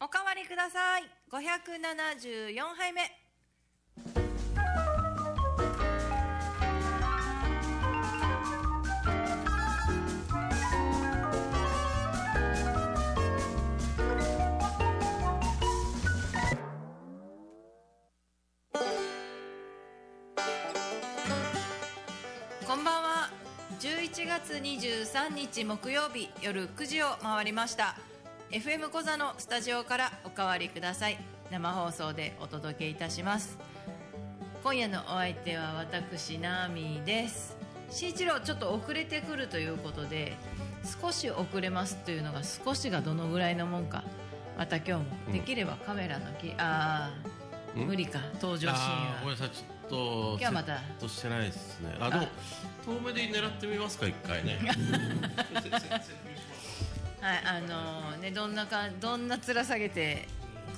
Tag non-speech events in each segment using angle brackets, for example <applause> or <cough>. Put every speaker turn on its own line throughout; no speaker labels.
おかわりください574杯目こんばんは11月23日木曜日夜9時を回りました FM 小座のスタジオからおかわりください生放送でお届けいたします今夜のお相手は私ナーミーです新一郎ちょっと遅れてくるということで少し遅れますというのが少しがどのぐらいのもんかまた今日もできればカメラのき、ああ
うん
無理か登場シーン
あーごめ
は
んなさいちょっと
今日はまた
セットしてないですねあでも遠目で狙ってみますか一
<laughs>
回ね
はい、あのね、どんなか、どんな面下げて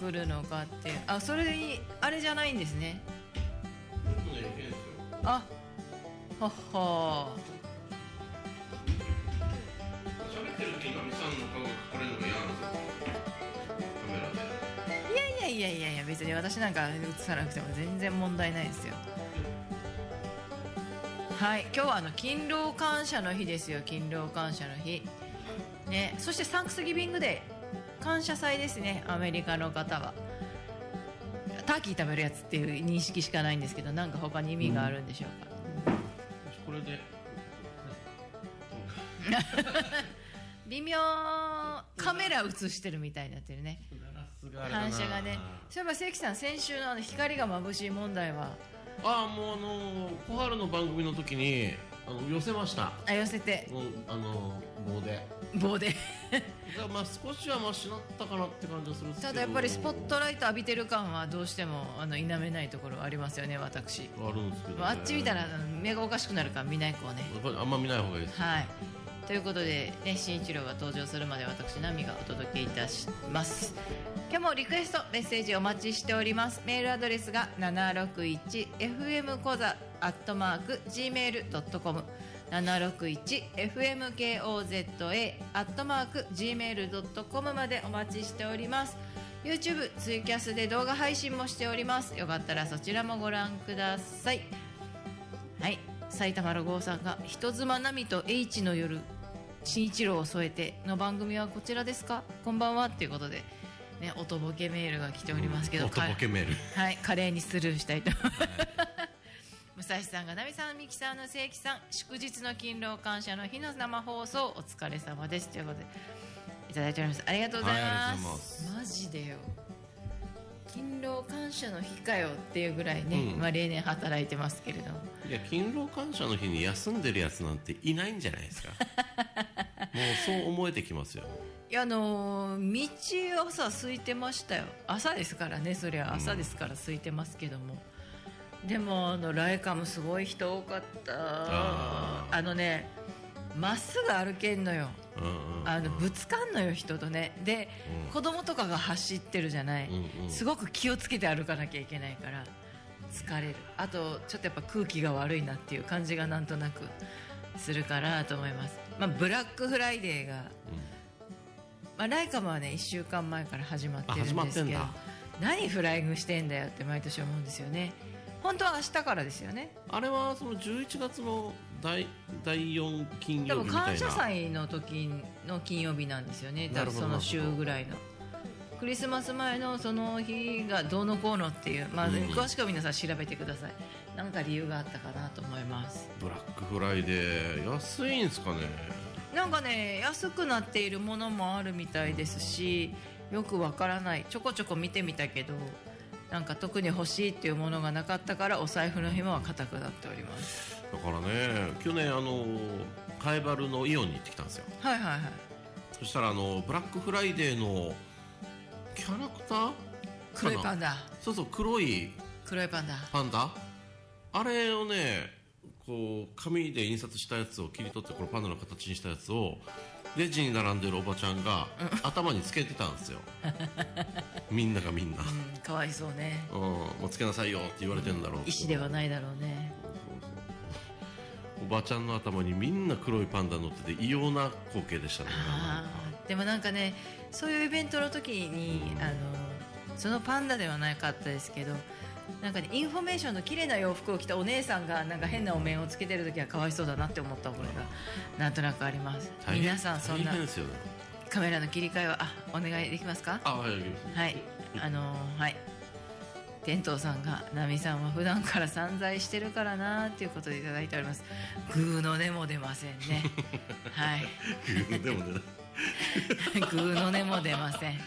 くるのかっていう、あ、それに、あれじゃないんですね。あ、ほっほ
喋ってる時今美さんの顔が隠れるのが嫌なんですよカメラで
ー。いやいやいやいや、別に私なんか映さなくても全然問題ないですよ。はい、今日はあの勤労感謝の日ですよ、勤労感謝の日。ね、そしてサンクスギビングデー、感謝祭ですね、アメリカの方は。ターキー食べるやつっていう認識しかないんですけど、なんか他に意味があるんでしょうか。
もしこれで
微妙カメラ映してるみたいになってるね
ガラスがあれだな
反射がねそういえば関さん先週のあの光が眩しい問題は
ああもうあのー小春の番組の時にあの寄せました
あ寄せて
もうあのー棒で
棒で
だからまあ少しはマシだったかなって感じがするんですけ
た
ど
だやっぱりスポットライト浴びてる感はどうしてもあの否めないところはありますよね私
あるんですけど、
も
ね、
うあっち見たらあの目がおかしくなるから見ない子をね
やっぱりあんま見ない方がいいです
はいということでね新一郎が登場するまで私ナミがお届けいたします今日もリクエストメッセージお待ちしておりますメールアドレスが 761fm コザアットマーク gmail.com 761fmkoza アットマーク gmail.com までお待ちしております YouTube ツイキャスで動画配信もしておりますよかったらそちらもご覧くださいはい埼玉の郷さんが「人妻奈美と H の夜新一郎を添えて」の番組はこちらですかこんばんはっていうことで、ね、おとぼけメールが来ておりますけど、
おとぼけメール
かはい、華麗にスルーしたいと思います <laughs> 武蔵さんが奈美さん、美樹さんの正規さん、祝日の勤労感謝の日の生放送、お疲れ様ですということで、いただいております。ありがとうございます。
はいありがとうござ
マジでよ。勤労感謝の日かよっていうぐらいね、
うん
まあ例年働いてますけれども。
いや勤労感謝の日に休んでるやつなんていないんじゃない
<laughs>
ですかもうそう思えてきますよ
いやあのー道をさ空いてましたよ朝ですからねそりゃ朝ですから空いてますけども、でもあのライカムすごい人多かったあ
あー
のねまっすぐ歩けんのよ
うんうん
あのぶつかんのよ人とねで、
うん
子供とかが走ってるじゃない、
うんうん
すごく気をつけて歩かなきゃいけないから疲れるあとちょっとやっぱ空気が悪いなっていう感じがなんとなくするかなと思います、まあ、ブラックフライデーがまあ、ライカムはね1週間前から始まってる
あ始ま
ん
っ
で
て
す
ん
けど
だ
何フライングしてんだよって毎年思うんですよね本当は明日からですよね
あれはその11月の第第4金
多
曜
分
日みたい
感
な
謝祭の時の金曜日なんですよね多
なる
分
ほど
その週ぐらいのクリスマス前のその日がどうのこうのっていう、まあ、
うん
詳しくは皆さん調べてください何か理由があったかなと思います
ブラックフライデー安いんですかね
なんかね安くなっているものもあるみたいですしよくわからないちょこちょこ見てみたけどなんか特に欲しいっていうものがなかったからお財布の紐は固くなっております
だからね去年あのカエバルのイオンに行ってきたんですよ
はいはいはい
そしたらあのブラックフライデーのキャラクター
黒いパンダ
そうそう黒い
黒いパンダ
パンダあれをねこう紙で印刷したやつを切り取ってこのパンダの形にしたやつをレジに並んでるおばちゃんが頭につけてたん
<laughs>
ですよみんながみんな、
うんかわいそうね
うん、もうつけなさいよって言われてんだろう
意思ではないだろうね
おばちゃんの頭にみんな黒いパンダ乗ってて異様な光景でしたね
あーでもなんかねそういうイベントの時に、あのそのパンダではなかったですけどなんかねインフォメーションの綺麗な洋服を着たお姉さんがなんか変なお面をつけてる時はかわいそうだなって思った覚えがなんとなくあります
大変
皆さんそんな
大変ですよね
カメラの切り替えはあお願いできますか
あはい
はい、あのーはい。天童さんが、奈美さんは普段から散財してるからなーっていうことでいただいております。グーの音も出ませんね。はい。
グーで
<laughs>
も出ない
グーの音も出ません。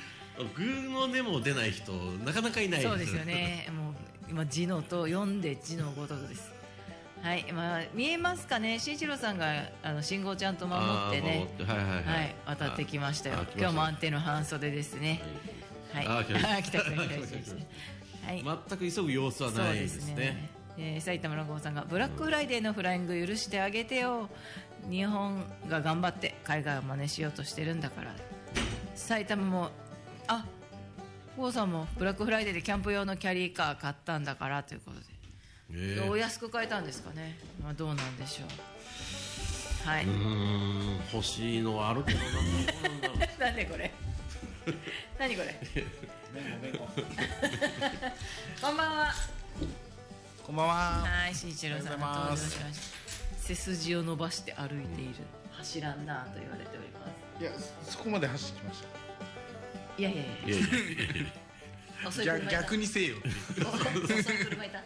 グーの根も出ない人なかなかいない
そうですよね。もう、今、字のと読んで字のごとくです。はい、まあ、見えますかね。慎一郎さんが、あの、信号ちゃんと守
あ
って
ー
ね。
守ってはいはいはい、
はい、渡ってきましたよ
あ来ま。した
今日も安定の半袖ですね。は。
はいあー来ました
あー <laughs> 来た来た来た来た来た。はい。
全く急ぐ様子はないですね
そうですねえー埼玉の郷さんが「ブラックフライデーのフライング許してあげてよ日本が頑張って海外を真似しようとしてるんだから」埼玉も「あ郷さんもブラックフライデーでキャンプ用のキャリーカー買ったんだから」ということ
え
で、
ー
お安く買えたんですかね、まあ、どうなんでしょうはいう
ーん欲しいのはあるけどな
<laughs> なんでこ
<laughs>
れ何これこんばんは
こんばんは。
はい、しんいちろうさん
おはようございます
登場しました背筋を伸ばして歩いている、走らんなと言われております
いや、そこまで走ってきまし
いやいや
い
いや
やいや
遅
た。
い車い
逆
た
逆にせえよ。
遅い車いた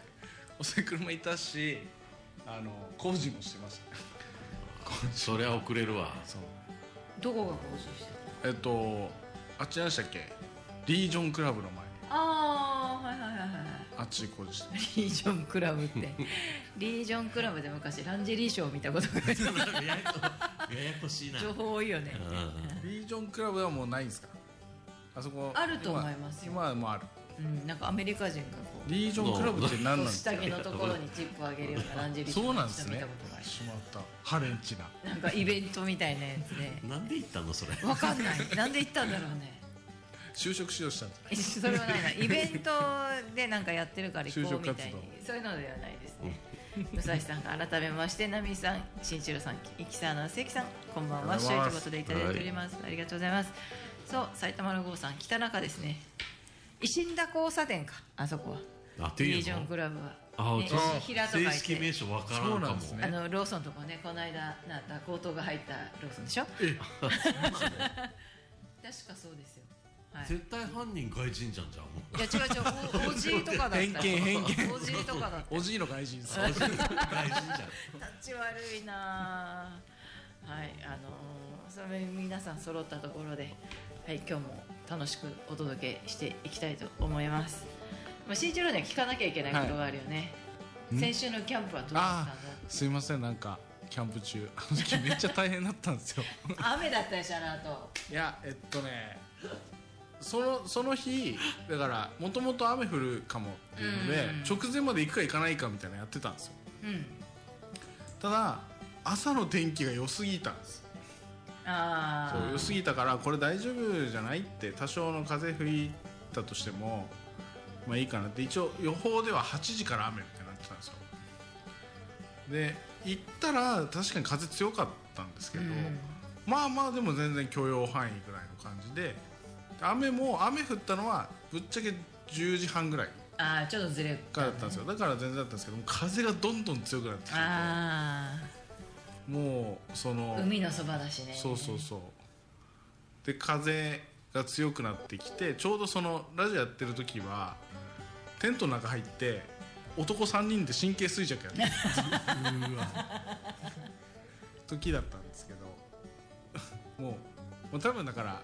遅い車いたし、あの工事もしてました。
そりゃ遅れるわ
そう。
どこが更新してる
えっとあっちなんでしたっけ？リージョンクラブの前。
ああはいはいはいはい
あっちで工事して。
リージョンクラブってリージョンクラブで昔ランジェリーショーを見たことがある
ややこややこしいな
情報多いよね
うん
リージョンクラブはもうないんですか？あそこ。
あると思いますよ
今今はもうある。
うんなんかアメリカ人がこう
リージョンクラブって何なんですか
下？着のところにチップをあげるようなランジェリーショー
そう
を
なんです
見
ね
たことがあ。る
しまった。ハレンチな。
なんかイベントみたいなやつで
なんで行ったのそれ
わかんないなんで行ったんだろうね
就職しようとしたんです。
え <laughs> それはないなイベントでなんかやってるから行こうみたい
就職活
に
動
そういうのではないですね武蔵さんが改めまして奈美さん新一郎さん生きさん関さんこんばん
あ
は
り
主
がとうござ
というこ
います
とでいただいております、ありがとうございますそう埼玉の郷さん北中ですね石田交差点かあそこは
あって
リ
い
ー
う
ジョンク
の
ラブは
あ
ね
ちょっと
平と
正
書い
式
て
名称わからん
そうな
か
ん
も
ですね
あのローソンとこねこの間なんだ強盗が入ったローソンでしょ
え
確かそうですよはい
絶対犯人外人じゃんじゃん
<laughs>
もう
いや違う違うおおじいとかだった
偏見偏見
おじいとかだった
おじいの外人です。
外人じゃん
立ち悪いなあはいあのーそれ皆さん揃ったところで、はい、今日も楽しくお届けしていきたいと思いますまあ新一郎には聞かなきゃいけないことがあるよね、先週のキャンプはどうだっ
あーすいませんなんかキャンプ中あの時めっちゃ大変だったんですよ
たんだ雨だったでしょあの後
いやえっとねそのその日だからもともと雨降るかもっていうので
うん
直前まで行くか行かないかみたいなのやってたんですよ
うん
ただ朝の天気が良すぎたんです
あ
そう
あ
良すぎたからこれ大丈夫じゃないって多少の風吹いたとしてもまあいいかなって一応予報では8時から雨みたいになってたんですよで行ったら確かに風強かったんですけど、
うん
まあまあでも全然許容範囲ぐらいの感じで雨も雨降ったのはぶっちゃけ10時半ぐらい
ああちょっとずれ
からだったんですよだから全然だったんですけどもう風がどんどん強くなってきて
あ
もうその
あ海のそばだしね
そうそうそうで風が強くなってきてちょうどそのラジオやってる時はテントの中入って男3人で神経衰弱やってるうわ時だったんですけどもうもう多分だから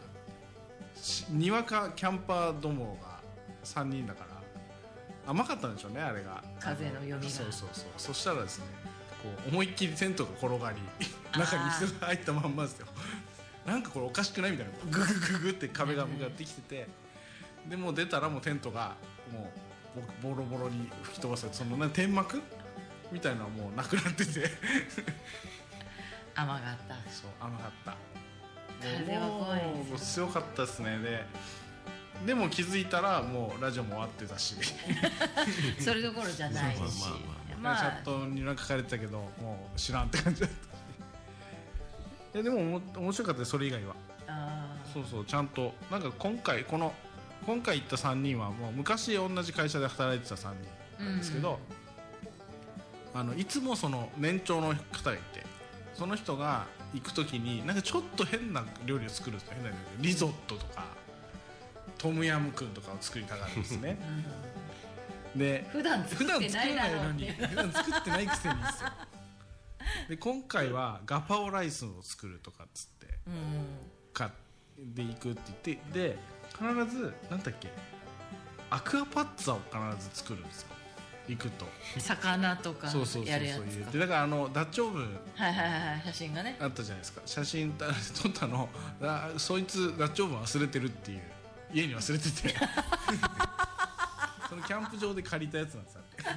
しにわかキャンパーどもが3人だから甘かったんでしょうねあれが
風の読みが
そうそうそうそしたらですねこう思いっきりテントが転がり中に人が入ったまんまですよなんかこれおかしくないみたいなググググって壁が向かってきててでもう出たらもうテントがもうボボロボロに吹き飛ばされてそのな天幕みたいなのはもうなくなってて
雨があった
そう甘かった
風は怖いですね
もう強かったですねででも気づいたらもうラジオも終わってたし
それどころじゃ
<laughs>
ないし
まあ
まあ、チャ
ま
ットになんか書かれてたけどもう知らんって感じだったしいやでもおも面白かったですそれ以外は
ああ
そうそうちゃんとなんか今回この今回行った3人はもう昔同じ会社で働いてた3人なんですけど、あのいつもその年長の方がいてその人が行く時になんかちょっと変な料理を作るんですよ変な料理リゾットとかトムヤムクンとかを作りたがるんですね
ー、うん
<laughs> で
普段作
普
っ
段
て
作
な
ら
いだ
ない
ろう
の
って
に
いう
普段作ってないくせにですよで今回はガパオライスを作るとかっつって
うん
買っていくって言ってで必ずなんだっけアクアパッツァを必ず作るんですよ行くと
魚とか
そうそうそうそう
やるやつ
入れ
か
てだからあのダッチオーブン
はいはいはい写真がね
あったじゃないですか写真撮ったのあそいつダッチオーブン忘れてるっていう家に忘れててそのキャンプ場で借りたやつなんですよあれ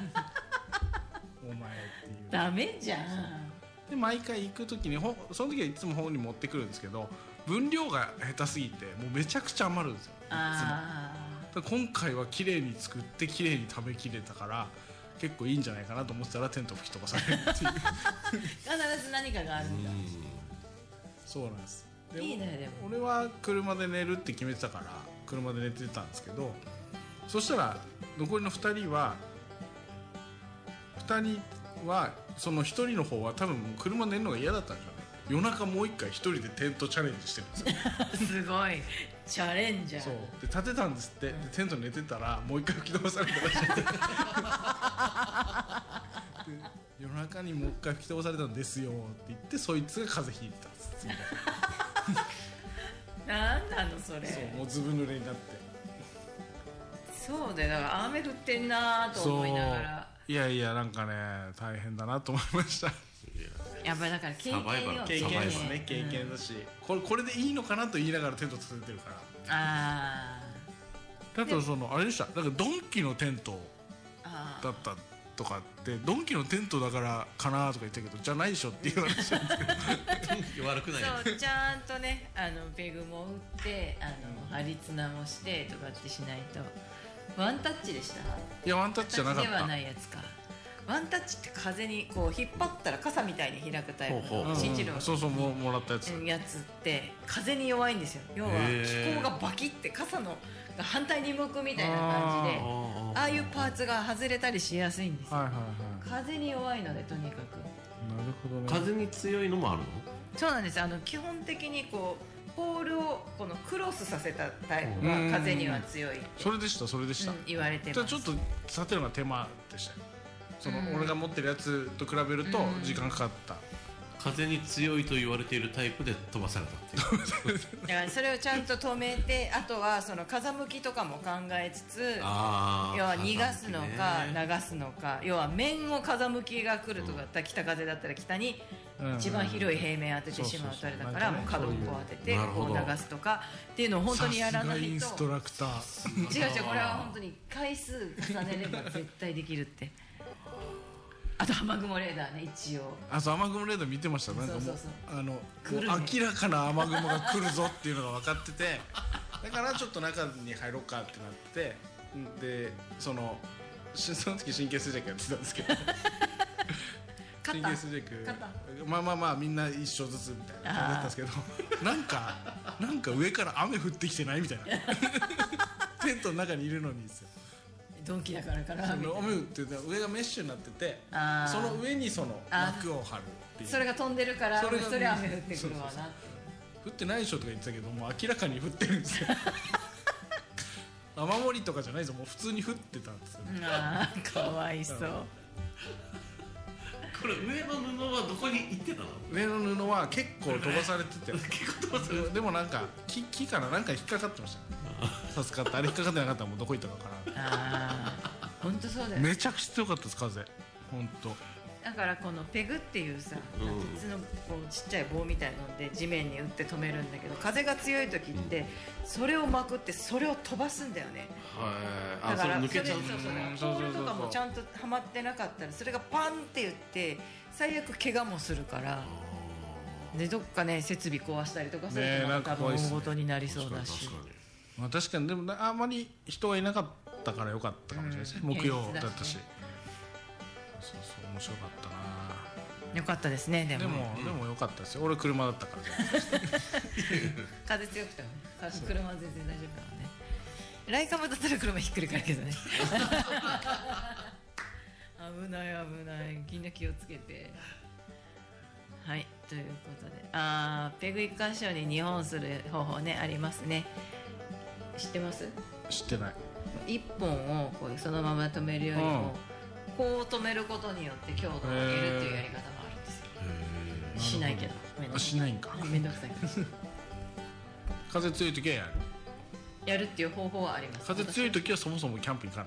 お前っていう
ダメじゃん
で毎回行く時にほその時はいつも本に持ってくるんですけど分量が下手すぎてもうめちゃくちゃ余るんですよいつも
ああ
だから今回は綺麗に作って綺麗に食べきれたから結構いいんじゃないかなと思ってたらテント吹き飛ばされ
<laughs>
るっ
必
ていう
ず何かがあるんだ
そうなんですで
いいねでも
俺は車で寝るって決めてたから車で寝てたんですけどそしたら残りの2人は2人はその1人の方は多分もう車寝るのが嫌だったんでしょうね夜中もう1回1人でテントチャレンジしてるんですよ
すごいチャレンジャー
そうで立てたんですってでテント寝てたらもう1回吹き飛ばされたらしいで夜中にもう1回吹き飛ばされたんですよって言ってそいつが風邪ひいてたんです次の日
なんなのそれ
そうもうずぶ濡れになって。
そうだよだから雨降ってんなーと思いながら
そういやいやなんかね大変だなと思いました
やっぱりだから経験よ
サバイバル
経
サ
験
バイバル
ですね経験だし、これこれでいいのかなと言いながらテント立ててるから
うんあ
だとそのあれでしただからドンキのテント
ーあ
だったとかってドンキのテントだからかなとか言ったけどじゃないでしょっていう話
悪くない
ーそうちゃんとねあのペグも打ってあの張り綱もしてとかってしないとワンタッチでした
いやワンタッチじゃなかっ
では
た
ないやつかワンタッチって風にこう引っ張ったら傘みたいに開くタイプ
ほうほ
の
う
信じる
うんそうそうももらったやつ、
やつって風に弱いんですよ要は
へー
気候がバキって傘のが反対に向くみたいな感じで
あ
ああいうパーツが外れたりしやすいんですよ
はいはいはい
風に弱いのでとにかく
なるほどね
風に強いのもあるの
そうなんですあの基本的にこうポールをこのクロスさせたタイプ
う
が
ん
風には強いって、
それでしたそれでした、
うん言われて
ただ
ます
ちょっと立てるのが手間でしたよその、
うん
俺が持ってるやつと比べると
うん
時間かかった、
風に強いと言われているタイプで飛ばされたっていう
<laughs> だからそれをちゃんと止めてあとはその風向きとかも考えつつ
あ
要は逃がすのか流すのか要は面を風向きが来るとかだったら北風だったら北に
うん
一番広い平面当ててしまうとあれだから
そ
もう
うそうそう
角をこう当てて
なるほ
こ
ど
う流すとかっていうのを本当にやらない
さすがインス
と違
ト
う
ラクター
違うこれは本当に回数重ねれば絶対できるってあと雨雲レーダーね一応
あそう雨雲レーダー見てましたなんかもう
そうそう
あのもう
来るね
明らかな雨雲が来るぞっていうのが分かっててだからちょっと中に入ろうかってなってうんでそのしその時神経衰弱やってたんですけど
勝
神
っ
経
た
衰弱
肩
まあまあまあみんな一生ずつみたいな感じだったんですけどなんかなんか上から雨降ってきてない
<laughs>
みたいなテントの中にいるのにですよ
ドンキだからかな
そ
みたい
の
な
雨降ってて上がメッシュになってて
あー
その上にその
あー
幕を張るっていう
それが飛んでるから
それが
それ雨降ってくるわなっ
そう
てい
そう
う
降ってないでしょとか言ってたけどもう明らかに降ってる
<laughs>
んですよ雨漏りとかじゃないですよもう普通に降ってたんですよね
ああかわいそう
これ上の布はどこに行ってたの
上の布は結構飛ばされてて
結構飛ばされ
でもなんか木木からなんか引っかかってましたねさすがってあれ引っかかってなかったらもうどこ行ったのか
あ
な
あ本当そうだよね
めちゃくちゃ強かったです風本当
だからこのペグっていうさ
うん
普通のこうちっちゃい棒みたいので地面に打って止めるんだけど風が強い時ってそれをまくってそれを飛ばすんだよね
は
だ
い
から
あそれ抜
それ
けち
そ
ゃ
う
う
そうポ
うんそうそうそう
ールとかもちゃんとはまってなかったらそれがパンって言って最悪怪我もするからでどっかね設備壊したりとかする
ねえ
と
な
ま
んか
た
怖いっすね
大事になりそうだし
確かに
まあ確かにでもなあまり人がいなかったから良かったかもしれないですね、
うん
木曜だ
平
っ
日だしね
たしそうそう面白かったな
よかったですねでも
でも、でも良かったですよ俺車だったからね
風強くてもねさ車は全然大丈夫だからねライカムだったら車ひっくり返るけど
<laughs>
ね危ない危ないみんな気をつけてはいということであーペグ一箇所に2本する方法ねありますね知ってます
知ってない
一本をこうそのまま止めるよりも、こう止めることによって強度を上げるっていうやり方もあるんですよしないけどめんど
あ
くさ
しないんか
いめんどくさいから
風強い時はやる
やるっていう方法はあります
風強い時はそもそもキャンプ行かない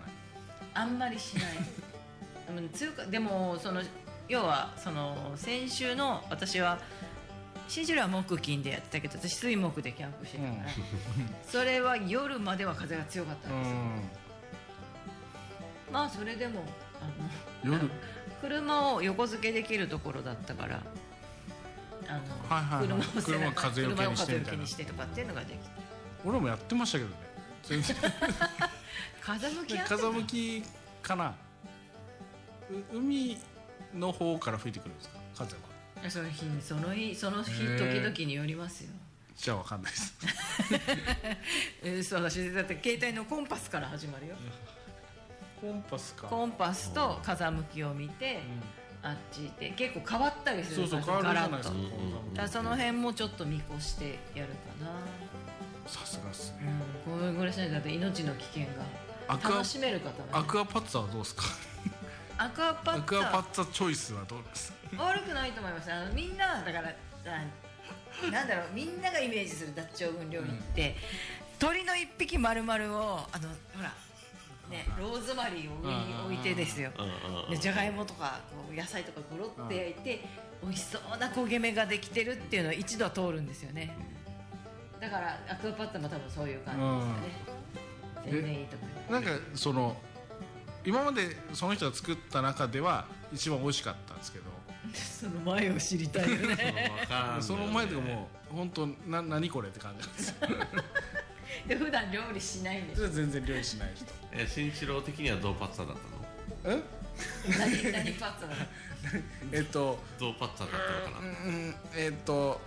あんまりしないうん強くでもその要はその先週の私はシジルは木金でやってたけど私水木でキャンプしてたから、
うん
<laughs> それは夜までは風が強かったんですよ、
う
まあそれでもあの
ん夜
車を横付けできるところだったからあの、
はいはいはい
車を背
車を
中
風よけにし
車
て
を風よ
みた
け
いな
にしてとかっていうのができて
俺もやってましたけどね全然
風向き合ってた
風向きかなう海の方から吹いてくるんですか風は
その日その日その日時
へー
々によりますよ
じゃあわかんないです
<laughs> えー、そう私だって携帯のコンパスから始まるよ
コンパスか
コンパスと風向きを見て、あっち行って結構変わったりす
そ
る
うそう変
ガ
わ
ラ
る
ッ
じゃないです
と
か
だからその辺もちょっと見越してやるかな、
さすがっすね
うん、こういうぐらいしないとだって命の危険
ア
が
クア
楽しめる方
ア
が、ね、
クアパッツァはどうですか
アクアパ
ア
ッツ
クアパ
ァ
ッツァチョイスはどうです
悪くないと思いますあのみんなだからあなんだろうみんながイメージするダッチオーブン料理って、鳥の一匹丸々をあのほらねローズマリーを上に置いてですよ
うんうんうん
でじゃがいもとかこう野菜とかゴロって焼いて美味しそうな焦げ目ができてるっていうのを一度は通るんですよねだからアクアパッツァも多分そういう感じですかね
うん
全然いいと思います
なんかその今までその人が作った中では一番美味しかったんですけど
その前を知りたいよね
その前とかもう本当な何これって感じなんですよ
で普段料理しないんです
それは全然料理しない人
え新一郎的にはどうパッツァだったの
え
何何パッツァなの
えっと
どうパッツァだったのか
うんえっと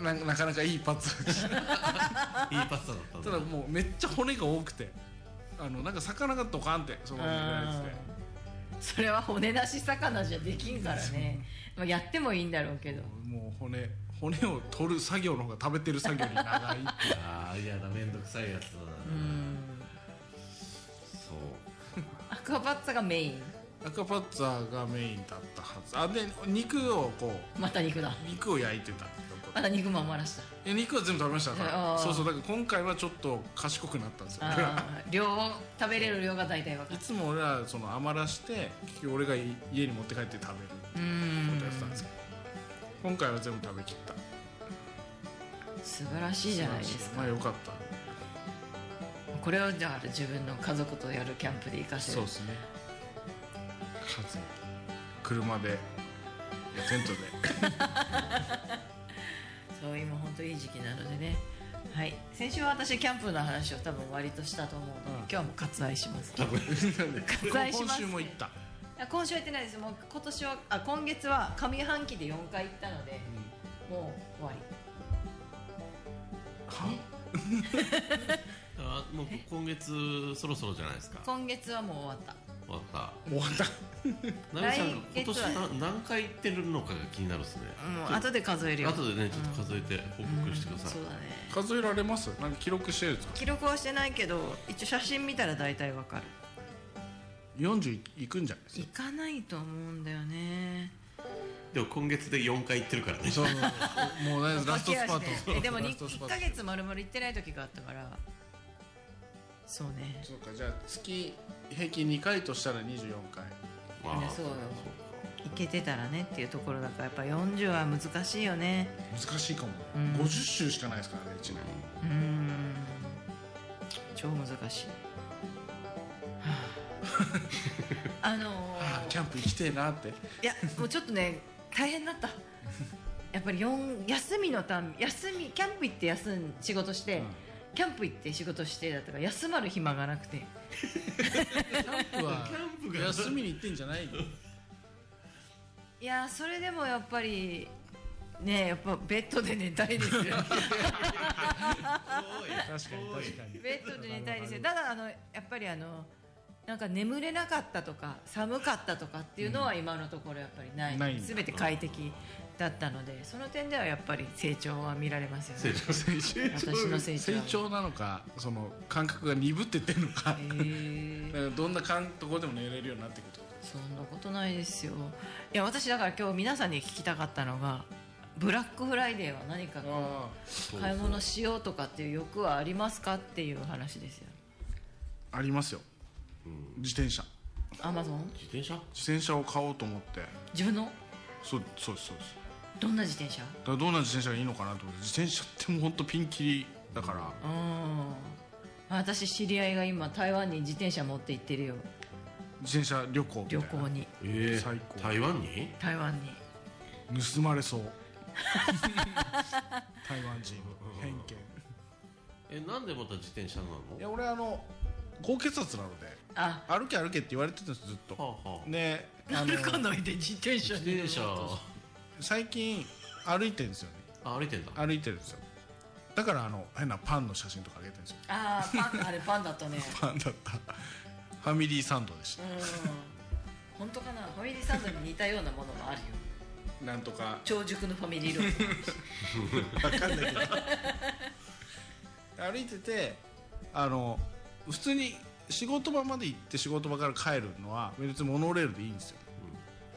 ななかなかいいパッツァでした
ないいパッツァだったの
ただもうめっちゃ骨が多くてあのなんか魚がドカンってそのや
それは骨なし魚じゃできんからね、まあ、やってもいいんだろうけど
つでもう骨骨を取る作業の方が食べてる作業に長い
<laughs>
って
ああいやだめんどくさいやつだな
うん
そう
アクアパッツァがメイン
アクアパッツァがメインだったはずあで肉をこう
また肉だ
肉を焼いてた
また肉も余らした
え肉は全部食べましたか
あ
ら
ー
そうそうだから今回はちょっと賢くなったんですよだから
あー量食べれる量が大体分か
い
る
つも俺はその余らして結局俺が家に持って帰って食べ
う
ることやってたん
ん
ですけど今回は全部食べきった
素晴らしいじゃないですか
まあよかった
これをだから自分の家族とやるキャンプで生かせ
そう
る
ですね数車でいやテントで
そう今本当いい時期なのでねはい先週は私キャンプの話を多分割としたと思うので、
うん
今日はもう割愛します割愛し
今
ます
週も行った
いや今週は行ってないですもう今年はあ今月は上半期で4回行ったので、もう終わ
は
あもう今月そろそろじゃないですか
り今月はもう終わった
終わった
終わった
ナミさん
来
が今
月
年
は
な何回行ってるのかが気になるですね
も
ち
う
ょ
後で数えるよ
後でねちょっと数えて報告してください
うんそうだね
数えられますなんか記録してるんですか
記録はしてないけど一応写真見たら大体わかる
40いくんじゃないです
行かないと思うんだよね
でも今月で4回行ってるからね
かそうそうそうもうねラストスパ
駆け
ー
足
<laughs> ト
でえでも
ラ
に
ストス
1
パー
ヶ
ト
月まるまる行ってない時があったからそうね
そうかじゃあ月平均2回としたら24回
ま
いやそうよ行けてたらねっていうところだからやっぱ40は難しいよね
難しいかもね、
うん
50週しかないですからね1年
うーん超難しい、はあ、あの
ああキ
ー
ャンプ行きてえなって
いやもうちょっとね大変だったやっぱり四休みのたん休みキャンプ行って休ん仕事して、
うん
キャンプ行って仕事してだったから休まる暇がなくて
キャンプは
キャンプが
休みに行ってんじゃないよ
いやーそれでもやっぱりねやっぱベッドで寝たいですよ
確かに確かに
ベッドで寝たいですよただあのやっぱりあのなんか眠れなかったとか寒かったとかっていうのは今のところやっぱりない,、
ないんだ
全て快適だったのでその点ではやっぱり成長は見られますよね
成長
私の成長
なのかその感覚が鈍ってってんのか
へー
だからどんなかんとこでも寝れるようになってくる
そんなことないですよいや私だから今日皆さんに聞きたかったのがブラックフライデーは何かこ
あ
う買い物しようとかっていう欲はありますかっていう話ですよ
あありますよ、自転車
アマゾン
自転車
自転車を買おうと思って
自分の
そうそうですそうです
どんな自転車
だからどんな自転車がいいのかなと思って自転車ってもう本当ピンキリだから
うん私知り合いが今台湾に自転車持って行ってるよ
自転車旅行みたい
旅
な
行に
ええ
最高
台湾に
台湾に
盗ま
<laughs>
れそう台湾人偏見
えなんでまた自転車なの
いや俺あの高血圧なので
あ
歩け歩けって言われてたんですずっと
はあはあ
であの
かないで自転車
自転車
最近歩いてるんですよね
あ歩いてんだ
歩いてるんですよだからあの変なパンの写真とかあげてるんですよ
ああパンあ <laughs> れパンだったね
パンだったファミリーサンドでし
うん本当かなファミリーサンドに似たようなものもあるよ
たなんとか
長熟のファミリーロ
<laughs>
ール
わかんないけど歩いててあの普通に仕事場まで行って仕事場から帰るのは別にモノレールでいいんですよ、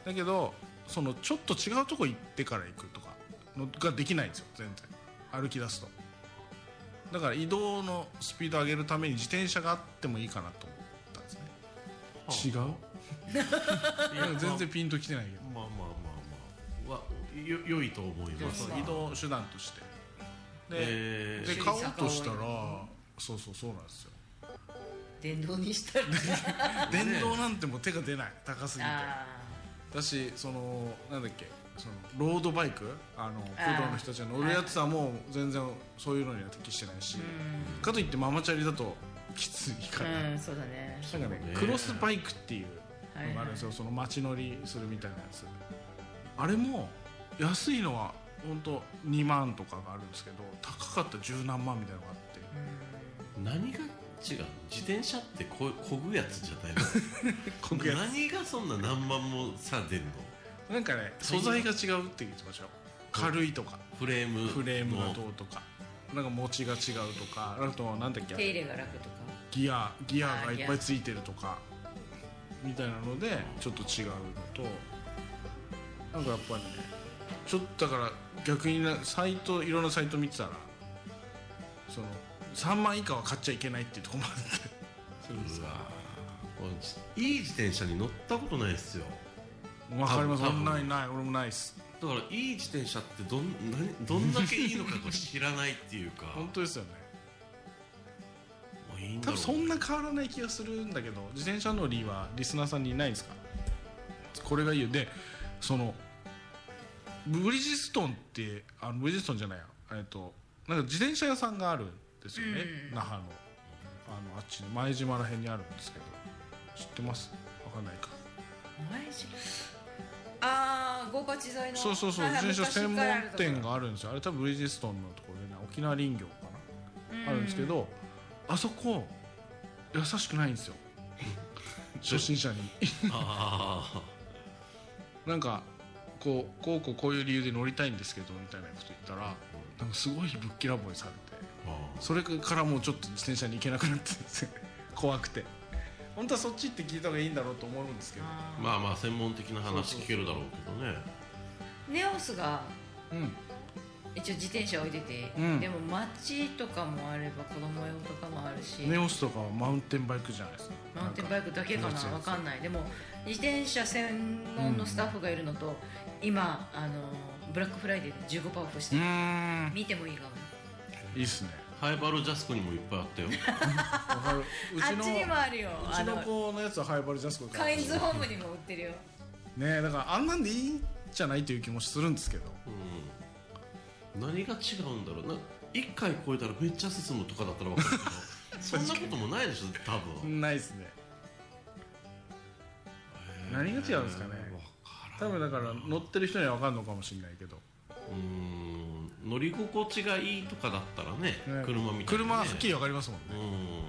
だけどそのちょっと違うとこ行ってから行くとかのができないんですよ全然歩き出すとだから移動のスピード上げるために自転車があってもいいかなと思ったんですね違う
いや
なんか全然ピンときてないけど
まあまあまあまあわよ良いと思います
そう移動手段としてで,、
え
で
ー
買おうとしたら
首
そうそうそうなんですよ
電動にしたら
電動なんてもう手が出ない高すぎて
あ
だしそのなんだっけそのロードバイクあの
あー
プロの人たちが乗るやつはもう全然そういうのには適してないしかといってママチャリだときついか
あ
ら、
うんそうだね
なんかね
そうね
クロスバイクっていうのがあるんですよ、その街乗りするみたいなやつあれも安いのは本当2万とかがあるんですけど高かったら十何万みたいなのがあって
何が違うの自転車ってここぐやつじゃないの
<laughs> こぐやつ
何がそんな何万も差出るの
なんかね素材が違うって言ってましたよ軽いとか
フレームの
フレームがどうとかなんか持ちが違うとかあとなんだっけ
手
あれ
入れが楽とか
ギアギア
あ
が
ー
いっぱいついてるとかみたいなのでちょっと違うのとなんかやっぱりねちょっとだから逆になサイトいろんなサイト見てたらその3万以下は買っちゃいけないっていうとこもあってそれ
うわーいい自転車に乗ったことないですよ
わかります
多分
ないない俺もないっす
だからいい自転車ってどん何どんだけいいのかこう知らないっていう
<laughs>
か
本当ですよね
まあいいんだろ
多分
う
そんな変わらない気がするんだけど自転車乗りはリスナーさんにいないんですかこれがいいよでそのブリヂストンってあのブリヂストンじゃないやえっとなんか自転車屋さんがあるんですよね、那覇のあのあっちの前島ら辺にあるんですけど知ってますわかんないか
前じああ豪華自在の
そうそうそう
はいはい
自転車専門
昔
店
から
があるんですよあれ多分ブリヂストンのところでね沖縄林業かなあるんですけどあそこ優しくないんですよ初心者に
あ
なんかこうこうこうこういう理由で乗りたいんですけどみたいなこと言ったらなんかすごいぶっきらぼうにされて
ーあ
それからもうちょっと自転車に行けなくなってるんですよ <laughs> 怖くて本当はそっち行って聞いた方がいいんだろうと思うんですけど
ーまあまあ専門的な話聞けるだろうけど
<laughs>
ね
ネオスが
うん
一応自転車置いてて、
うん
でも街とかもあれば子供用とかもあるし
ネオスとかはマウンテンバイクじゃないですか
マウンテンバイクだけかなわかん
い
ないでも自転車専門のスタッフがいるのと、今あのブラックフライデーで15%オフし
う
てる、
ーん
見てもいいかも
いいっすね
ハイバルジャスコにもいっぱいあったよ
わかるう
あ
ち
っ
の
ちにもあるよ
う
あ
ちの
の
子のやつはハイバルジャスコから
カインズホームにも売ってるよ
ねだからあんなんでいいんじゃないという気もするんですけど
うん何が違うんだろうな1回超えたらめっちゃ進むとかだったら分かる
<laughs>
けどそんなこともないでしょ多分
ないっすね何が違うんですか
分
ね
か
多分だから乗ってる人には分かるのかもしれないけど、
うん乗り心地がいいとかだったらね
ね
車みたいな、ね、
車ははっきり分かりますもんね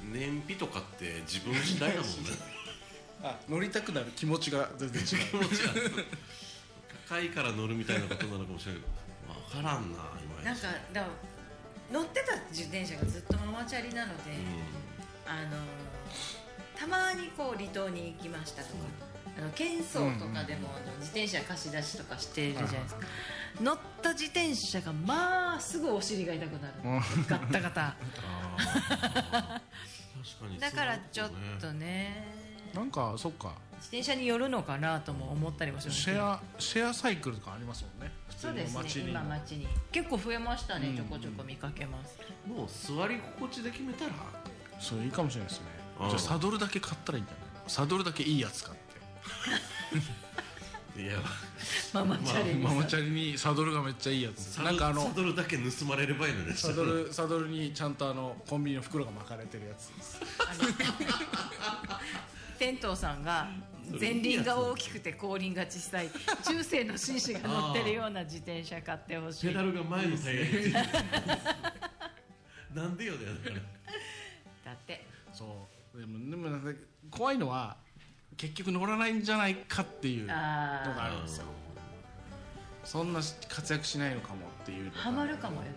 うん燃費とかって自分次第だもん
<laughs>
ね
あ乗りたくなる気持ちが全然違
気持ちが高いから乗るみたいなことなのかもしれないけど分からんな今
なんかだから乗ってた自転車がずっとママチャリなので、あのたまにこう離島に行きましたとか、あの県層とかでも、あの自転車貸し出しとかしてるじゃないですか、乗った自転車がまあすぐお尻が痛くなる、
う
ガッタ
<laughs>
ガタ
ああー確かに
だからちょっ
そうだ
とね
なんかそっか
自転車によるのかなとも思ったりもします
シ
けど
ェアシェアサイクルとかありますもんね普通
そう
の
です
街
ね
に
今街に結構増えましたね、
うん
ちょこちょこ見かけます
ねもう座り心地で決めたら
それいいかもしれないですね
うん
じゃあサドルだけ買ったらいいんじゃないサドルだけいいやつ買って
いや
ママチャリにさ、
ママチャリにサドルがめっちゃいいやつ
サド
なんかあ
サ
の
ドルだけ盗まれればいいのね
サドルサドルにちゃんとあのコンビニの袋が巻かれてるやつです
天童さんが前輪が大きくて後輪が小さい中世の紳士が乗ってるような自転車買ってほし
ペ
い
ダルが前のタイヤについてる <laughs> なんでよだよだから
だって
そうでもでもなんか怖いのは結局乗らないんじゃないかっていうのがあ
あ
るんですよそんな活躍しないのかもっていう
あ
のが
ハマるかもよね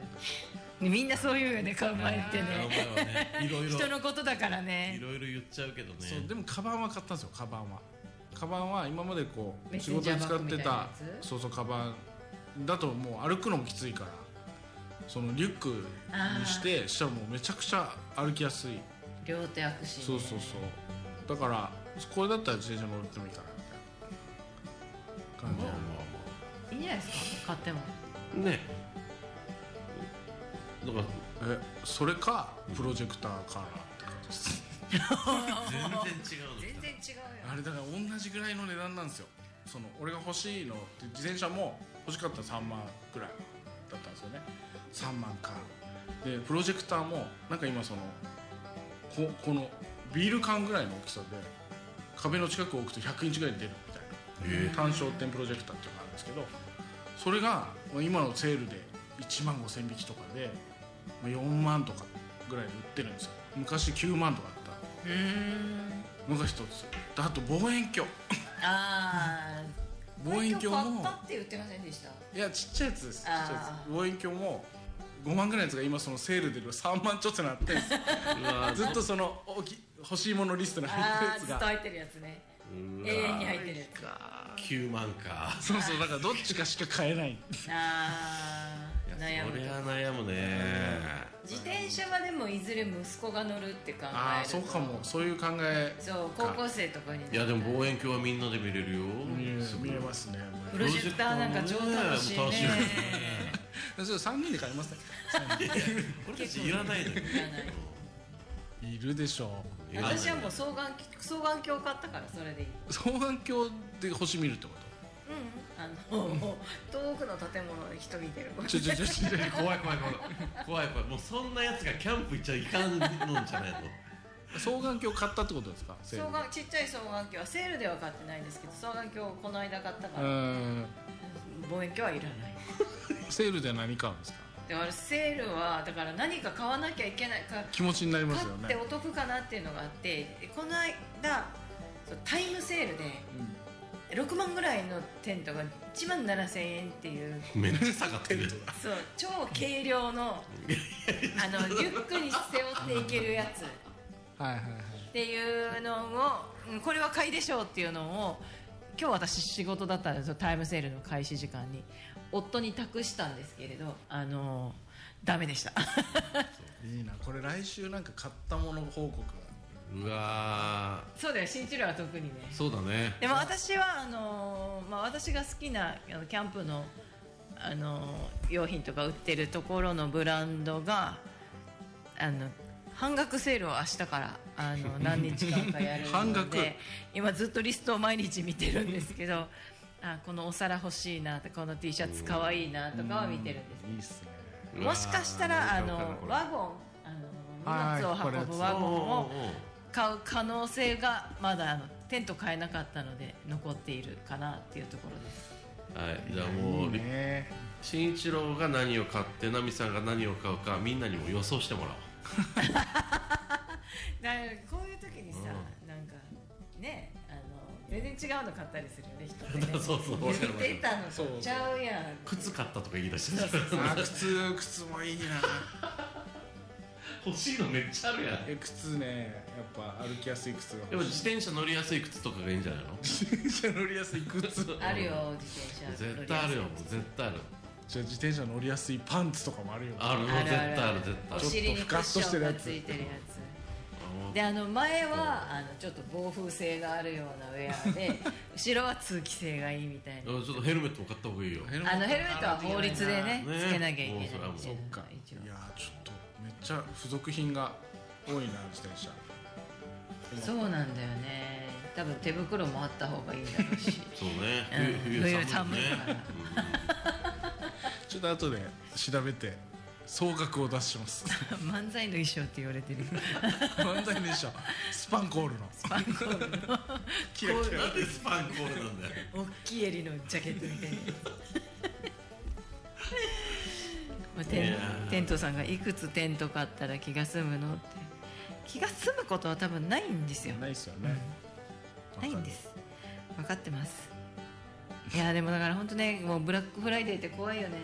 みんなそう言うよね買う前って
あ
ね
お前はねいろいろ
人のことだから
い
ね
ろいろ言っちゃうけどね
そうでもカバンは買ったんですよカバンはカバンは今までこ
メ
う
ッ
仕
センジ
事
ャ
に
ー
使
バッグ
っ
みたい
て
な
た
やつ
そうそうカバンだともう歩くのもきついからそのリュックにしてしたらもうめちゃくちゃ歩きやすい
両手握手ね
そうそうそうだからこれだったら自転車乗ってもいいかなみたいな感じ
まあま
いいんじゃないですか買っても
あまあねだから
えそれかプロジェクターカーラーって感じです
全然違う
<laughs>
の
全然違う
あれだから同じぐらいの値段なんですよその俺が欲しいのって自転車も欲しかったら3万ぐらいだったんですよね3万かでプロジェクターもなんか今そのここのビール缶ぐらいの大きさで壁の近くを置くと100インチぐらい出るみたいな
え
単焦点プロジェクターっていうのがあるんですけどそれが今のセールで1万5千匹とかでまあ4万とかぐらいで売ってるんですよ昔9万とかだっ
ようーん
たのが一つであと望遠鏡
ああ
望遠鏡
買っ
も
たって言ってませんで
<laughs>
した
いやちっちゃいやつですちっちゃいや
あ
つ望遠鏡も5万ぐらいのやつが今そのセールで3万ちょっとなってるんですよ
うわ
ずっとその大きい欲しいものリストに入ってる
あ
や
あず
つ
っと
が
入ってるやつね
うわ
永遠に入ってるやつ
9万か
そうそうだからどっちかしか買
<laughs>
えない
ああ悩む
そ
と
れ
こ
は悩むね
自転車はでもいずれ息子が乗るって考えると
ああそうかもそういう考え
そう高校生とかに
いやでも望
遠
遠鏡はみんなで見れるよ
見え
すごい
見えますね
プロジェクターなんか超楽しいね
楽しいよね
それ三人で買いますね。
俺たちいらないのよ
いらない
いるでしょ。
いらない
<laughs> 私はもう双眼双眼鏡買ったからそれでいいう
双眼鏡で星見るってこ
うんあのもう遠くの建物で人見てる
と。 <laughs> ちょちょちょちょ
<laughs>
ちょ怖い怖い怖い。
怖い怖いもうそんなやつがキャンプ行っちゃいかんのんじゃないの <laughs>
双眼鏡買ったってことですか。セー
双
ルで
眼ちっちゃい双眼鏡はセールでは買ってないんですけど双眼鏡をこの間買ったか
う
ら
ーん。
望遠鏡はいらない
セールで何買うんですか。
であれセールはだから何か買わなきゃいけないか
気持ちになりますよ
買って
ね。
お得かなっていうのがあってでこの間そうタイムセールで6万ぐらいのテントが1万7000円っていう
めっちゃ下がってる
そう超軽量
<laughs>
のあのリュックに背負っていけるやつっ
はいはいはい。
ていうのをうんこれは買いでしょうっていうのを今日私仕事だったんですよタイムセールの開始時間に夫に託したんですけれどあのダメで
<laughs>
した
いいな。これ来週なんか買ったもの報告が。
うわ
そうだよ新治療は特にね
ーそうだね
でも私はあのーまあ、私が好きなあのキャンプの、あのー用品とか売ってるところのブランドがあの半額セールを明日からあ
<laughs>
の何日間かやるので
半額
今ずっとリストを毎日見てるんですけどあこのお皿欲しいなとこの T シャツ可愛いなとかは見てるんです
いいっすね。
うわー
もしかしたらあの
わかるこれ
ワゴンあの荷物を運ぶワゴンを買う可能性がまだあのテント買えなかったので残っているかなっていうところです
はい、じゃあもう
いいね
新一郎が何を買って奈美さんが何を買うかみんなにも予想してもら
だからこういう時にさ、なんかねあの全然違うの買ったりするよね人ってね
おう <laughs> そうそう
言ってたの
そう
とちゃうやん
靴買ったとか言い出してた
あ靴靴もいいな
欲しいのめっちゃあるやん
え靴ねやっぱ歩きやすい靴が
でも
欲
自
しい
転車乗りやすい靴とかがいいんじゃないの
自転車乗りやすい靴じゃ
<laughs> あるよ自転車
絶対あるよもう絶対ある
あ自転車乗りやすいパンツとかもあるよ
あるもう
あ
絶
るあ
対
る
あ
あ
る
る
絶対あ
お
る
尻にクッションがついてるや
あもう
つであの前はあのちょっと防風性があるようなウェアで後ろは通気性がいいみたいな
うんちょっとヘルメットも買った方がいいよ
ヘルメット
あのヘルメットは法律でね
ね
つけなきゃいけないみたいな
もうそ
そっか
一
い
応
やーちょっとめっちゃ付属品が多いな自転車
そうなんだよね多分手袋もあった方がいいんだろう
<laughs>
し
そうね
うん
冬冬寒いね
冬寒いか
ちょっと後で調べて総額を出します <laughs>
漫才の衣装って言われて
<laughs>
る
漫才でしょスパンコールのスパンコールのキラキ
うん
ラ
なんでスパンコールなんだよ
大きい襟のジャケットみ
<laughs>
たいな。まあ、テ
い
ン
やー
テントさんがいくつテント買ったら気が済むのって気が済むことは多分ないんですよ
ないっすよね
ないんです分かってますいやーでもだから本当ねもうブラックフライデーって怖いよね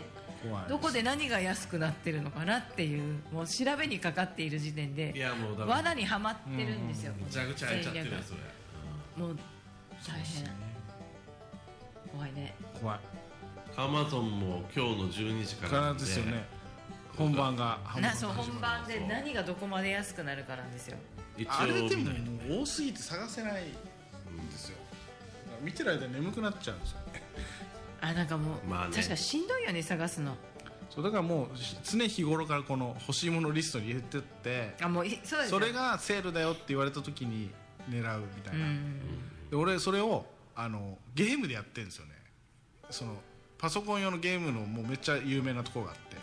怖いす
どこで何が安くなってるのかなっていうもう調べにかかっている時点
い
で
やもうだめ
罠にはまってるんですよ
うん
ぐちゃぐちゃ開いちゃってるよそれ
もう大
そうっ
変
すね
怖いね
怖い
アマゾンも今日の12時から
から
なん
ですよね本番が
なそう本番
そ
で
う
何がどこまで安くなるかなんですよ
一応
あれでもねもう多すぎて探せないんですよだから見てる間に眠くなっちゃうんですよ
あなんかもう、
まあね
確かしんどいよね探すの
そうだからもう常日頃からこの欲しいものリストに入れてって
あもういそうです
そ
よ
れがセールだよって言われた時に狙うみた
う
いな、
ん
で俺それをあのゲームでやってるんですよねそのパソコン用のゲームのもうめっちゃ有名なとこがあって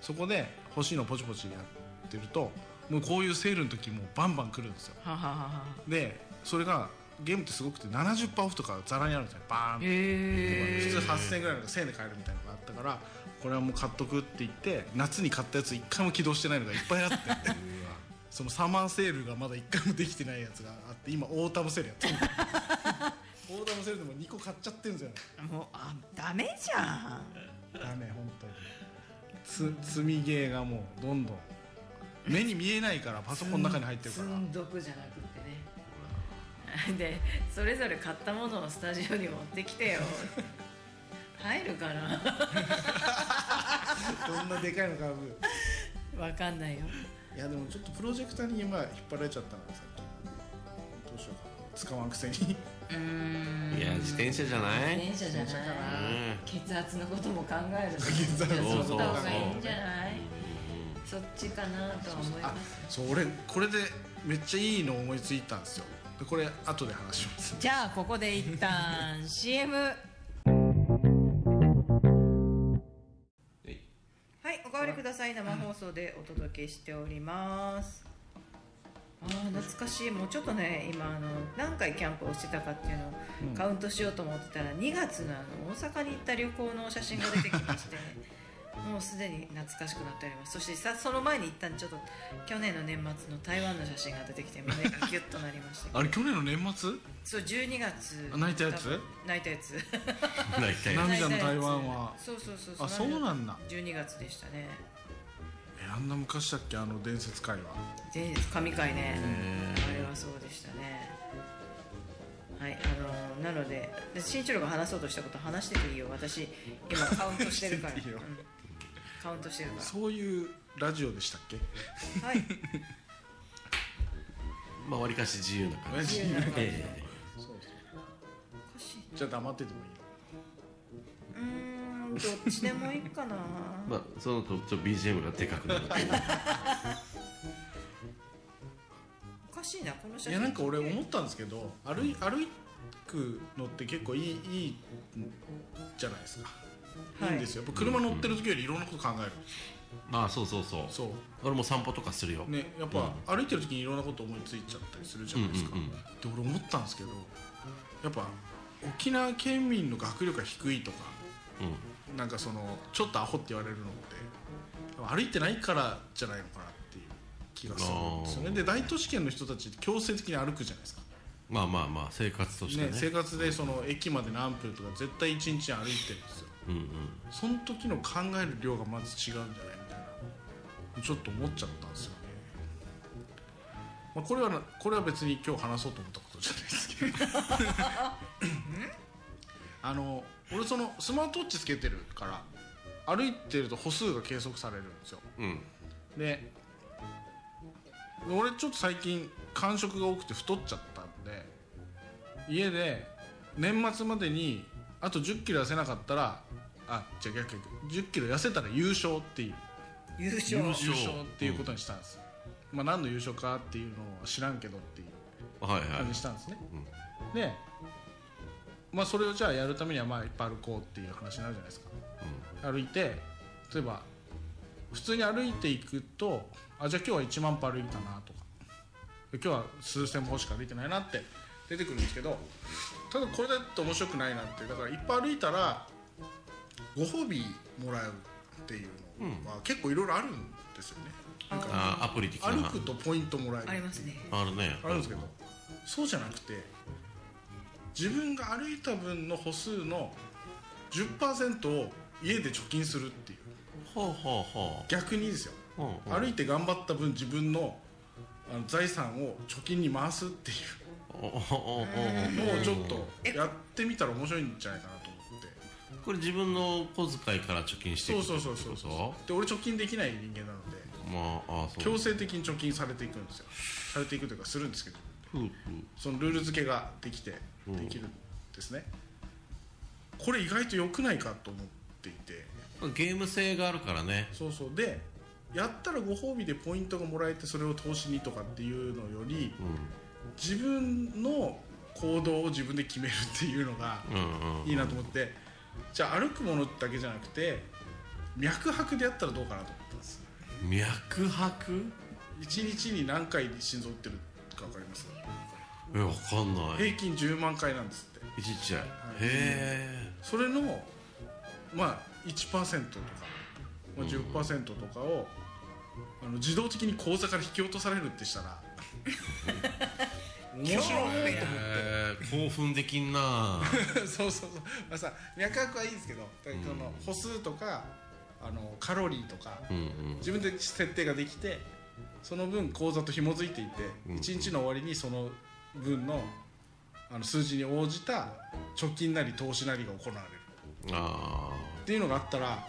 そこで欲しいのポチポチやってるともうこういうセールの時もうバンバン来るんですよ
はははは
でそれがゲームってすごくて70%オフとかざらにあるんですよバーンって
へ
普
え
通8000円ぐらいのが1000円で買えるみたいなのがあったからこれはもう買っとくって言って夏に買ったやつ一回も起動してないのがいっぱいあ <laughs> ってそのサマーセールがまだ一回もできてないやつがあって今オータムセールやって <laughs> るオータムセールでも2個買っちゃってるんですよね
もうあダメじゃん
ダメ本当につ積みゲーがもうどんどん目に見えないからパソコンの中に入ってるから
積んどくじゃなくってねでそれぞれ買ったものをスタジオに持ってき
<laughs>
てよ入るかな
どんなでかいの買う
わかんないよ
いやでもちょっとプロジェクターに今引っ張られちゃったなさっきどうしようかな使わんくせに
うーん
いや自転車じゃない
自転車じゃな
自転車か
い
うん
血圧のことも考えるの
血圧
じゃあそ
そうそうそうう
った方がいいんじゃないそっちかなとは思い
あ
ます
そう俺これでめっちゃいいの思いついたんですよでこれ後で話します
じゃあここで一旦 CM
はい
はいおかわりください生放送でお届けしておりますあー懐かしいもうちょっとね今あの何回キャンプをしてたかっていうのをカウントしようと思ってたら2月のあの大阪に行った旅行の写真が出てきまして
<laughs>
もうすでに懐かしくなっておりますそしてさその前に一旦ちょっと去年の年末の台湾の写真が出てきて胸がギュッとなりましたけど
あれ去年の年末
そう12月
あ泣いたやつ
泣いたやつ
泣きたいな
涙の台湾は
そうそうそう
あそう
の
なんだ
12月でしたね
えあんな昔だっけあの伝説会は
前日神回ねあれはそうでしたねはいあのーなのでで新一郎が話そうとしたこと話してていいよ私今カウントしてるから
話してていいよ
うんカウントしてるか
そういうラジオでしたっけ
らはい
まあわりかし自由な感
親
じ
父
自由な感じ
ええ
そうそう
おかしい
<laughs> じゃあ黙っててもいいよ
うーんどっちでもいいかな
まあそのとちょっと BGM がでかくなるっていう
おかしいなこの写真
いやなんか俺思ったんですけど歩い歩くのって結構いいいいじゃないですか、
はい
い、いんですよやっぱ車乗ってる時よりいろんなこと考える
まあそうそうそう
そ
俺も散歩とかするよ、
うねやっぱ、歩いてる時にいろんなこと思いついちゃったりするじゃないですか、
うんうんうん
で俺思ったんですけどやっぱ沖縄県民の学力が低いとか
うん、
なんかそのちょっとアホって言われるのって歩いてないからじゃないのかなっていう気がするんですよね
あー
で大都市圏の人たちって強制的に歩くじゃないですか
まあまあまあ生活として
ね
ね、
生活でその駅まで何分とか絶対一日歩いてるんですよ
うんうん
その時の考える量がまず違うんじゃないみたいなちょっと思っちゃったんですよね、まあ、これはなこれは別に今日話そうと思ったことじゃないですけどあの俺そのスマートウォッチつけてるから歩いてると歩数が計測されるんですよ
うん
で俺ちょっと最近間食が多くて太っちゃったんで家で年末までにあと1 0キロ痩せなかったらあじゃあ逆逆1 0キロ痩せたら優勝っていう
優
優
勝
勝
優勝っていうことにしたんです、まあ何の優勝かっていうのは知らんけどっていう
はいはい
感じにしたんですね、でまあそれをじゃあやるためにはまあいっぱい歩こうっていう話になるじゃないですか歩いて例えば普通に歩いていくとあじゃあ今日は1万歩歩いたなとか今日は数千歩しか歩いてないなって出てくるんですけどただこれだと面白くないなってだからいっぱい歩いたらご褒美もらうっていうのは結構いろいろあるんですよね、なんか
あーアプリ的な
歩くとポイントもらえる
ありますね
あるね
あるんですけどそうじゃなくて自分が歩いた分の歩数の10%を家で貯金するっていう
ほうほうほ
逆にですよ
う、うんうん、
歩いて頑張った分自分のあの財産を貯金に回すってい
おおおお
うのをちょっとやってみたら面白いんじゃないかなと思って
これ自分の小遣いから貯金してい
そ
く
う
ってこ
そう
と
そうそうで俺貯金できない人間なので
まああそう
強制的に貯金されていくんですよされていくというかするんですけど
ふうふう
そのルール付けができて
うん
できるんですね、これ意外と良くないかと思っていて
ゲーム性があるからね
そうそうでやったらご褒美でポイントがもらえてそれを投資にとかっていうのより
うん
自分の行動を自分で決めるっていうのが
うんうん
いいなと思ってじゃあ歩くものだけじゃなくて脈拍でやったらどうかなと思ったんです
脈拍
一日に何回心臓打ってるか分かります
えわかんない
平均10万回なんですって
一日でへえ
それのまあ1%とか、まあ、10%とかを、あの自動的に口座から引き落とされるってした
<laughs>
ら面白い <laughs> と思
えー、興奮できんな
ってそうそうそう、まあ、さ脈拍はいいですけどだからその歩数とかあのカロリーとか
うんうん
自分で設定ができてその分口座と紐づいていて、
うん
一1日の終わりにその分のあの数字に応じた貯金なり投資なりが行われる。
あ
っていうのがあったら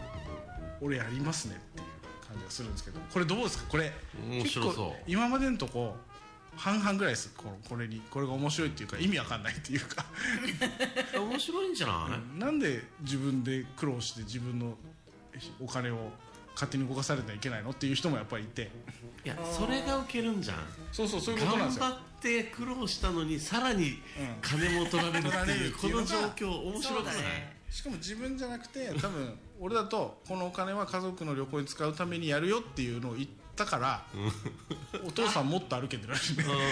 俺やりますねっていう感じがするんですけどこれどうですかこれ
あ面白
結
そ
構今までのとこ半々ぐらいですこのこれにこれが面白いっていうか意味わかんないっていうか
う面白いんじゃない、
なんで自分で苦労して自分のお金を勝手に動かされてはいけないのっていう人もやっぱりいて
いやそれがウケるんじゃん
そうそうそういうことな
頑
んですよ
張って苦労したのにさらに金も取られるっていうこ
取られる
の
って
状
いうのが
況面白くない、
そうだね
しかも自分じゃなくて多分俺だとこのお金は家族の旅行に使うためにやるよっていうのを言ったからお父さんもっと歩けてるらしいね
うんうんうん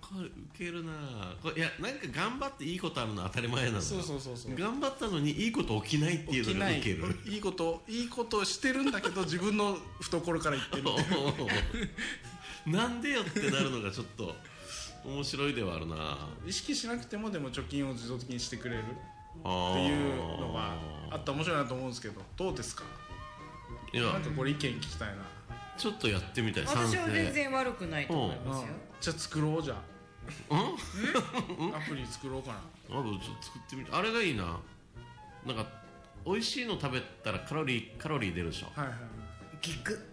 これウケるなこれいやなんか頑張っていいことあるの当たり前なのよ
そうそうそうそう
頑張ったのにいいこと起きないっていうのがウケる
いいこといいことをしてるんだけど自分の懐から言ってる
なんでよってなるのがちょっと面白いではあるな
意識しなくてもでも貯金を自動的にしてくれるっ
あ
て
ー
いうのがあったら面白いなと思うんですけどどうですか
い
な
や
んかこれ意見聞きたいな
ちょっとやってみたい賛
私
成
は全然悪くないと思いますよ
うんじゃあ作ろうじゃあアプリ作ろうかな
あちょっと作ってみてあれがいいななんか美味しいの食べたらカロリーカロリー出るでしょ
はいはい
聞く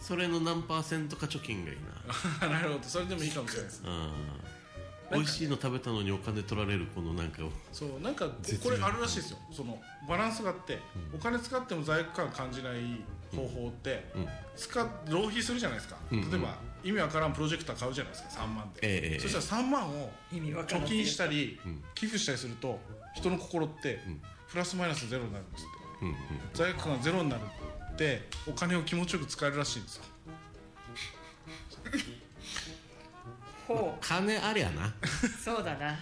それの何パーセントか貯金がいい
はい <laughs> なるほどそれでもいいかもしれないです
なうん美味しいの食べたのにお金取られるこのなんか
そうなんかこ
絶
こ
妙
れあるらしいですよそのバランスがあってお金使っても罪悪感感じない方法って
うん
使っ浪費するじゃないですか、
うんうん
例えば意味わからんプロジェクター買うじゃないですか3万で、
ええええ
そしたら3万を
意味わから
貯
ん
金したり
うん
寄付したりすると人の心って
うん
プラスマイナスゼロになるんですって
うんうん
罪悪感がゼロになるってお金を気持ちよく使えるらしいんですよ
ほ
金ありゃ <laughs> な
うそうだな
うん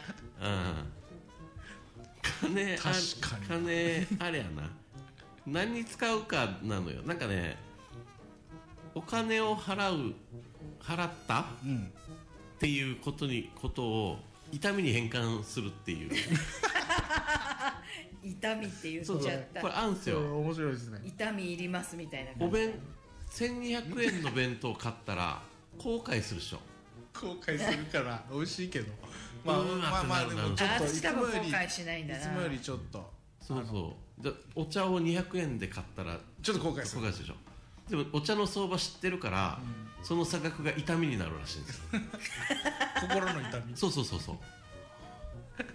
金あ
確かに
金あれやな何に使うかなのよなんかねお金を払う払ったっ
うん
ていうことにことを痛みに変換するっ
<laughs>
ていう
痛みって言っち
そうそ
ゃっ
うこれ
た
あるんですよ
面白いですね
痛みいりますみたいな
お
感じ
弁1200円の弁当買ったら後悔するでしょ
後悔する <laughs> から美味しいけど
ま
ま
あ
あ
ま
ま
あま
あま
あ
あ
で
で
も
も
ち
ち
ょ
ょ
あ
っ
っとい
っち
つ
多
も
分
よ
後
りい
悔しないんだな
つもよりちょっと
そうそうじゃお茶を200円で買ったら
ちょっと後
後
悔する
悔するでしょでもお茶の相場知ってるから、その差額が痛みになるらしいんですよ
心の痛み
そうそうそうそう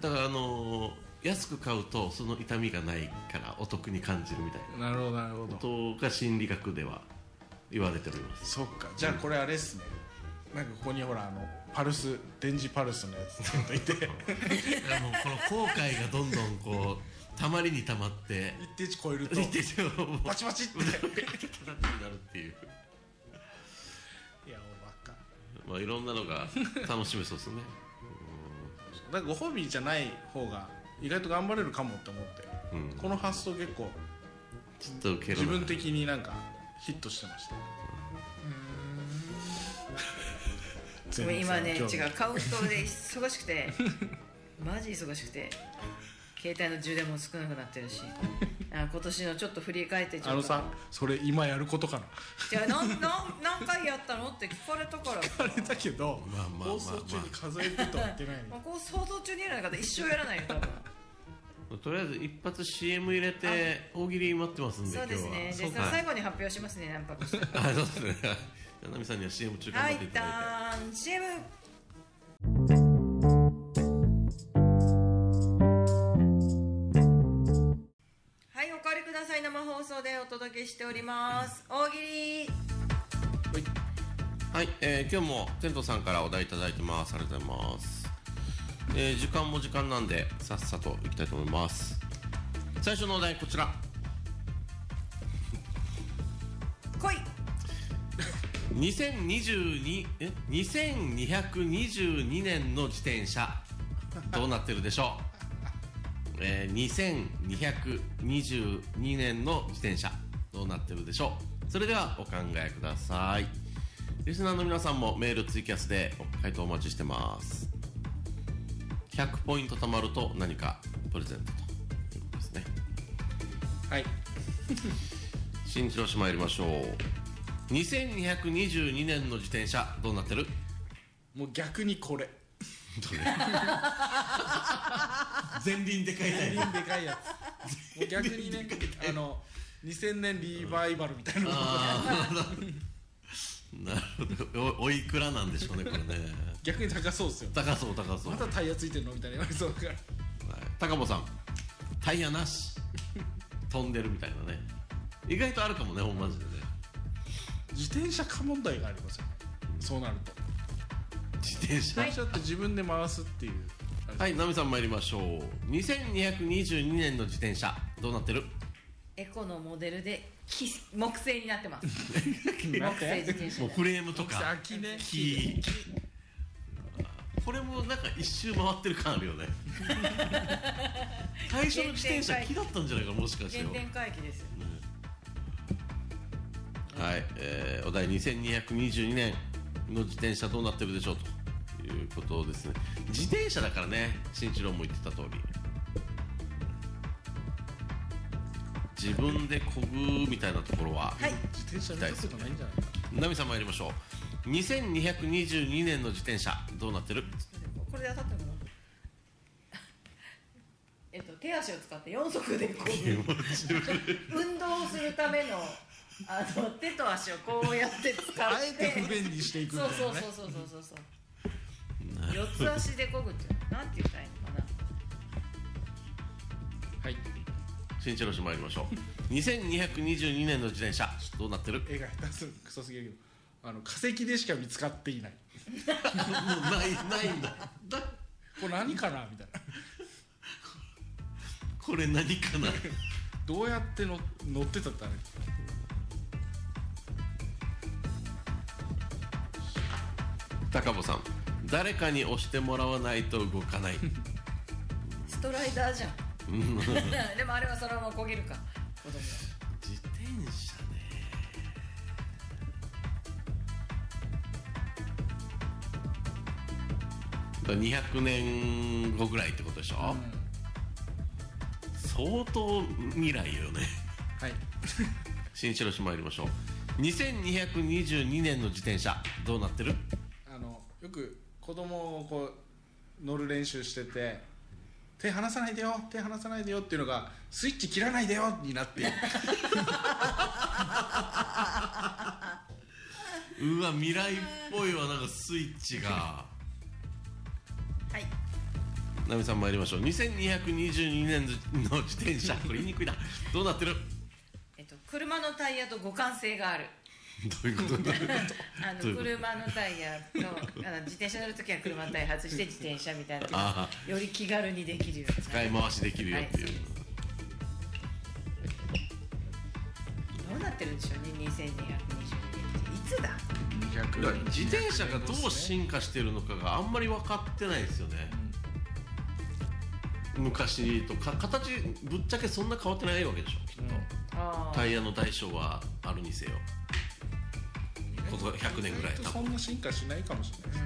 だからあのー安く買うとその痛みがないからお得に感じるみたいな
<laughs> なるほどなるほど
ことが心理学では言われております
そっかじゃあこれあれっすねなんかここにほらあのパルス電磁パルスのやつつけ <laughs> といて
あのこの後悔がどんどんこうたまりにたまって
一定値超えると
一定上もう
バチバチって <laughs>
形になるっていう
いやおバカ
まあいろんなのが楽しめそうですね
なんかご褒美じゃない方が意外と頑張れるかもって思って
うん
この発想結構
ちょっと受ける
自分的になんかヒットしてました
でも今ね
全然興味
違うカウントで忙しくてマジ忙しくて携帯の充電も少なくなってるしあ今年のちょっと振り返ってちょっと
あのさそれ今やることかな <laughs>
じゃあなんなん何回やったのって聞かれたから
あれだけど、
まあまあまあまあ
放送中に数えてとは言ってない
もうこう想像中にやらない方一生やらないよ多分
とりあえず一発 CM 入れて大喜利待ってますんで
そうですねじゃ
今
あ
日
その
はは
最
い
後に発表しますね何泊して
<laughs> あそうですねじゃあナミさんには CM 中頑
は
張
い
っていただいて、
ダーン CM はいおかわりください生放送でお届けしております大喜利
はい、えー今日もテントさんからお題いただいてますありがとうございます、えー時間も時間なんでさっさといきたいと思います最初のお題こちら
来い
2022え2222年の自転車どうなってるでしょう、 <laughs> えー2222年の自転車どうなってるでしょうそれではお考えくださいリスナーの皆さんもメールツイキャスで回答お待ちしてます100ポイント貯まると何かプレゼントということですね
はい
新城市参りましょう2222年の自転車どうなってる
もう逆にこれ
前輪でかい
全輪でかいやつもう逆にねあの2000年リバイバルみたいなのが
なるほど <laughs> おおいくらなんでしょうねこれね
逆に高そうっすよ
高そう高そう、は
ま
い
だタイヤついてんのみたいな言われそうだから
高保さんタイヤなし飛んでるみたいなね意外とあるかもねほんまじでね
自転車化問題がありますよねそうなると
自転車
自転車って自分で回すっていうあれ
はいナミさん参りましょう2222年の自転車どうなってる
エコのモデルで木木製になってます
なん
木製自
て
転車
もうフレームとか
秋ね
木これもなんか一周回ってる感あるよね最初の自転車木だったんじゃないかもしかして
原点回帰ですよ
はい、えーお題2222年の自転車どうなってるでしょうということですね自転車だからね新一郎も言ってた通り自分でこぐみたいなところは
はい
自転車見たことないんじゃないか
ナミさん参りましょう2222年の自転車どうなってる
これで当たったのかな <laughs> えっと手足を使って4足でこう運動をするためのあの手と足をこうやって使って
あえて不便にしていくみた
そ
いうなね
そうそうそうそうそうそう四つ足でこぐってなんて言ったらいいのかな
はい
新一郎氏参りましょう2222年の自転車どうなってる
絵が下手するクソすぎるけどあの化石でしか見つかっていない
もうないないんだだ
これ何かなみたいな
これ何かな
どうやっての乗ってたってあれ
高保さん誰かに押してもらわないと動かない
ストライダーじゃん <laughs> でもあれはそのまま焦げるか子供は
自転車ね200年後ぐらいってことでしょ、
うん
相当未来よね
はい
新城市参りましょう2222年の自転車どうなってる
あのよく子供をこう乗る練習してて手離さないでよ手離さないでよっていうのがスイッチ切らないでよになっている
うわ未来っぽいわなんかスイッチが
はい
ナミさん参りましょう2222年の自転車これ言いにくいなどうなってる
えっと、車のタイヤと互換性がある
どういうこと <laughs> だ
あ
どうい
の
うこと
車のタイヤのあの自転車乗るときは車のタイヤ外して自転車みたいな
あ
より気軽にできるようにな
使い
る
回しできるよっていう、
はいどうなってるんでしょうね2222年 <laughs> っていつだ
だから自転車がどう進化してるのかがあんまり分かってないですよね、昔とか形ぶっちゃけそんな変わってないわけでしょきっと、
あ
タイヤの大小はあるにせよここ100年ぐらい
意外と
多
そ
分
んな進化しないかもしれないです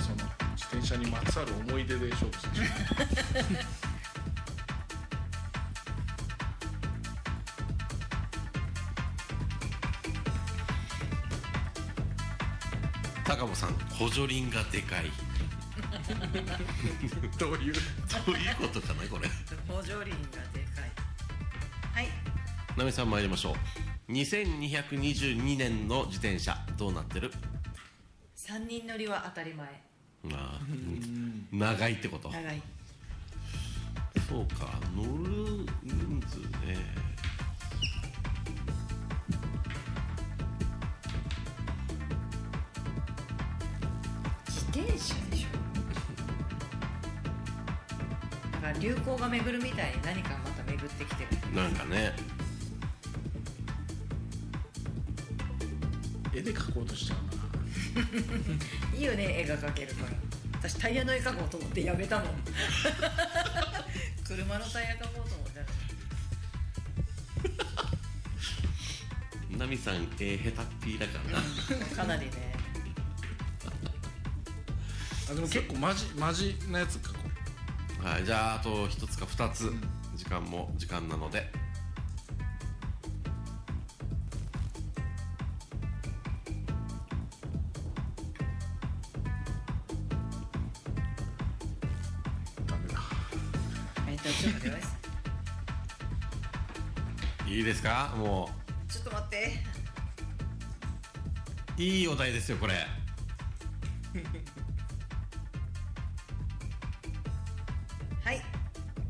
その自転車にまつわる思い出で勝負する
高保さん補助輪がでかい
どういう
どういうことかなこれ
あ補助輪がでかいはい
ナミさん参りましょう2222年の自転車どうなってる
3人乗りは当たり前
あー長いってこと
長い
そうか乗る人数ね
自転車でしょなんか流行が巡るみたいに何かまた巡ってきてる
なんかね
絵で描こうとしちゃうない
いよね絵が描けるから私タイヤの絵描こうと思ってやめたもん車のタイヤ描こうと思って
ナミさんえー、下手っぴだからな
かなりね
あでも結構マジマジなやつかこ
はい、じゃああと一つか二つ時間も時間なので
うダメだ
えっとちょっと待ってくださ
いいですかも
いちょっと待って
ういいお題ですよこれ
はい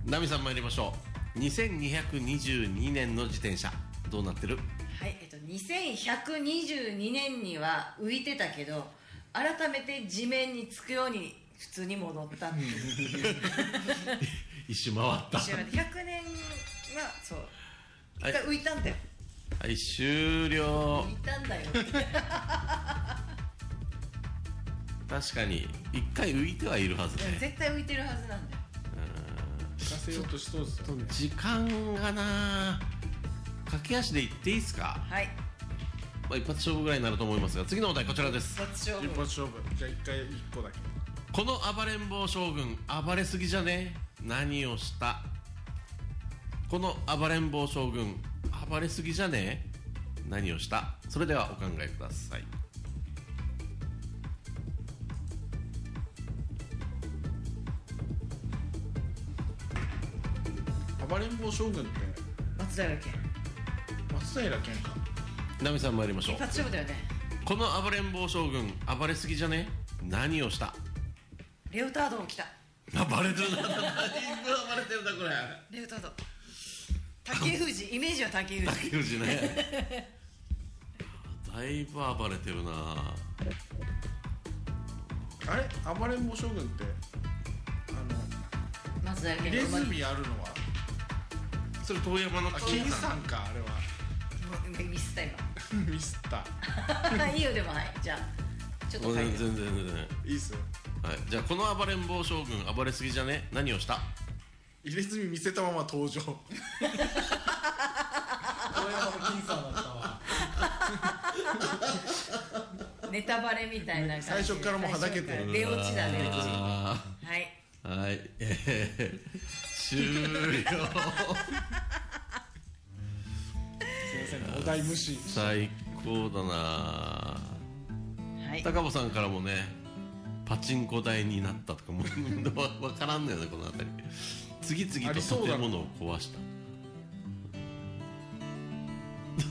ナミさん参りましょう2222年の自転車どうなってる
はいえっと2122年には浮いてたけど改めて地面につくように普通に戻ったっていう
一周回った
一緒なんで100年はそう
は
一
い
回浮いたんだよ、
はい終了
浮いたんだよって
確かに一回浮いてはいるはずね
絶対浮いてるはずなんだよ
浮かせようとしそうですよね
時間がな駆け足で行っていいですか、
はい
まあ、一発勝負ぐらいになると思いますが次のお題こちらです
そっち勝
一
負
発勝負じゃあ一回一個だけ
この暴れん坊将軍暴れすぎじゃね何をしたこの暴れん坊将軍暴れすぎじゃね何をしたそれではお考えください
暴れん坊将軍って
松平健
松平健か
ナミさん参りましょ
一
う
発勝負だよね
この暴れん坊将軍暴れすぎじゃね何をした
レオタードを着た
暴れてるなだいぶ暴れてるなこれ
レオタード竹富士イメージは竹富士
竹内ねだいぶ暴れてるな
あれ暴れん坊将軍ってあ
松平
の
健
入れ
の馬に
墨あるのは
それ遠山の
あ
金
金
さ
さ
ん
んかあれは
もうミスった今
ミスった
<laughs> いいよでもはいじゃあちょっと書
全
い
然
て
全然全然はい
いいっすよ
じゃあこの暴れん坊将軍暴れすぎじゃね何をした
入れ墨見せたまま登場こ
大山の金さんだったわ
ネタバレみたいな感じ
最初からもうはだけてる
最初から出落ちだ出落ち
あ
はい
ーはいえー、終了
すいません
お題無視
最高だな
はい
高尾さんからもねパチンコ台になったとかもうわからんのよねこの辺り次々
ありそう
と
だ
建物を壊し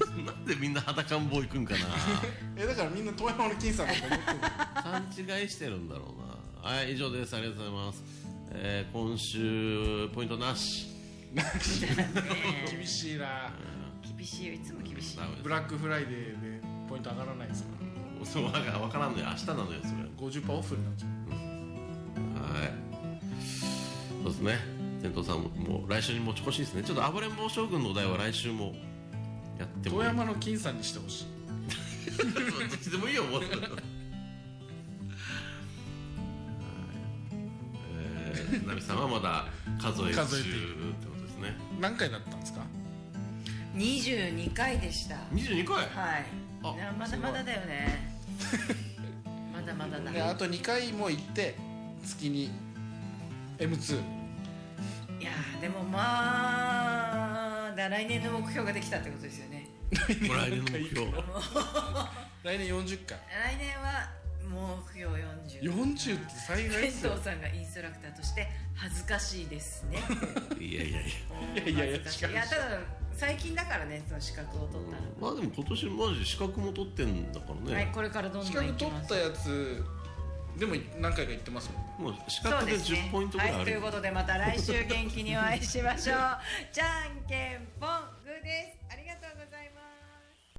たなんでみんな裸ん坊行くんか
えだからみんな遠山の金さんだと思ってる
な勘違いしてるんだろうなはい以上ですありがとうございます、えー今週ポイントなし
厳しいな
厳しいよいつも厳しい
ダメです
ブラックフライデーでポイント上がらないですから
そうわかわからんのよ明日なのよそれ
50%オフになっちゃう
はいそうですね天童さんももう来週に持ち越しですねちょっと暴れん坊将軍のお題は来週もやっても
遠
いい
山の金さんにしてほしい
どっちでもいいよもうはいえーナミさんはまだ数え中
数えている
ってことですね
何回だったんですか
22回でした
22回
はい
あ
いやまだ
すご
ま
い
だだよ
<laughs>
ねまだまだだ
であと2回も行って月に M2
いやーでもまあだ来年の目標ができたってことですよね
もう来年の目標
来年40回
来年は目標40
40って最大
天
ですよ
童さんがインストラクターとして恥ずかしいですね
いやいやいや
いやいやいや
恥ずかし
違う
いいやただ最近だからねその資格を取ったの、
まあでも今年マジで資格も取ってんだから
はい
ね、
これからどん
資
どん
格
いき
取っ
ます
たやつでも何回か行ってますもん
もう資格で10ポイントぐらいあ
はい、と
る
いう
よ
ことでまた来週元気にお会いしましょうじゃんけん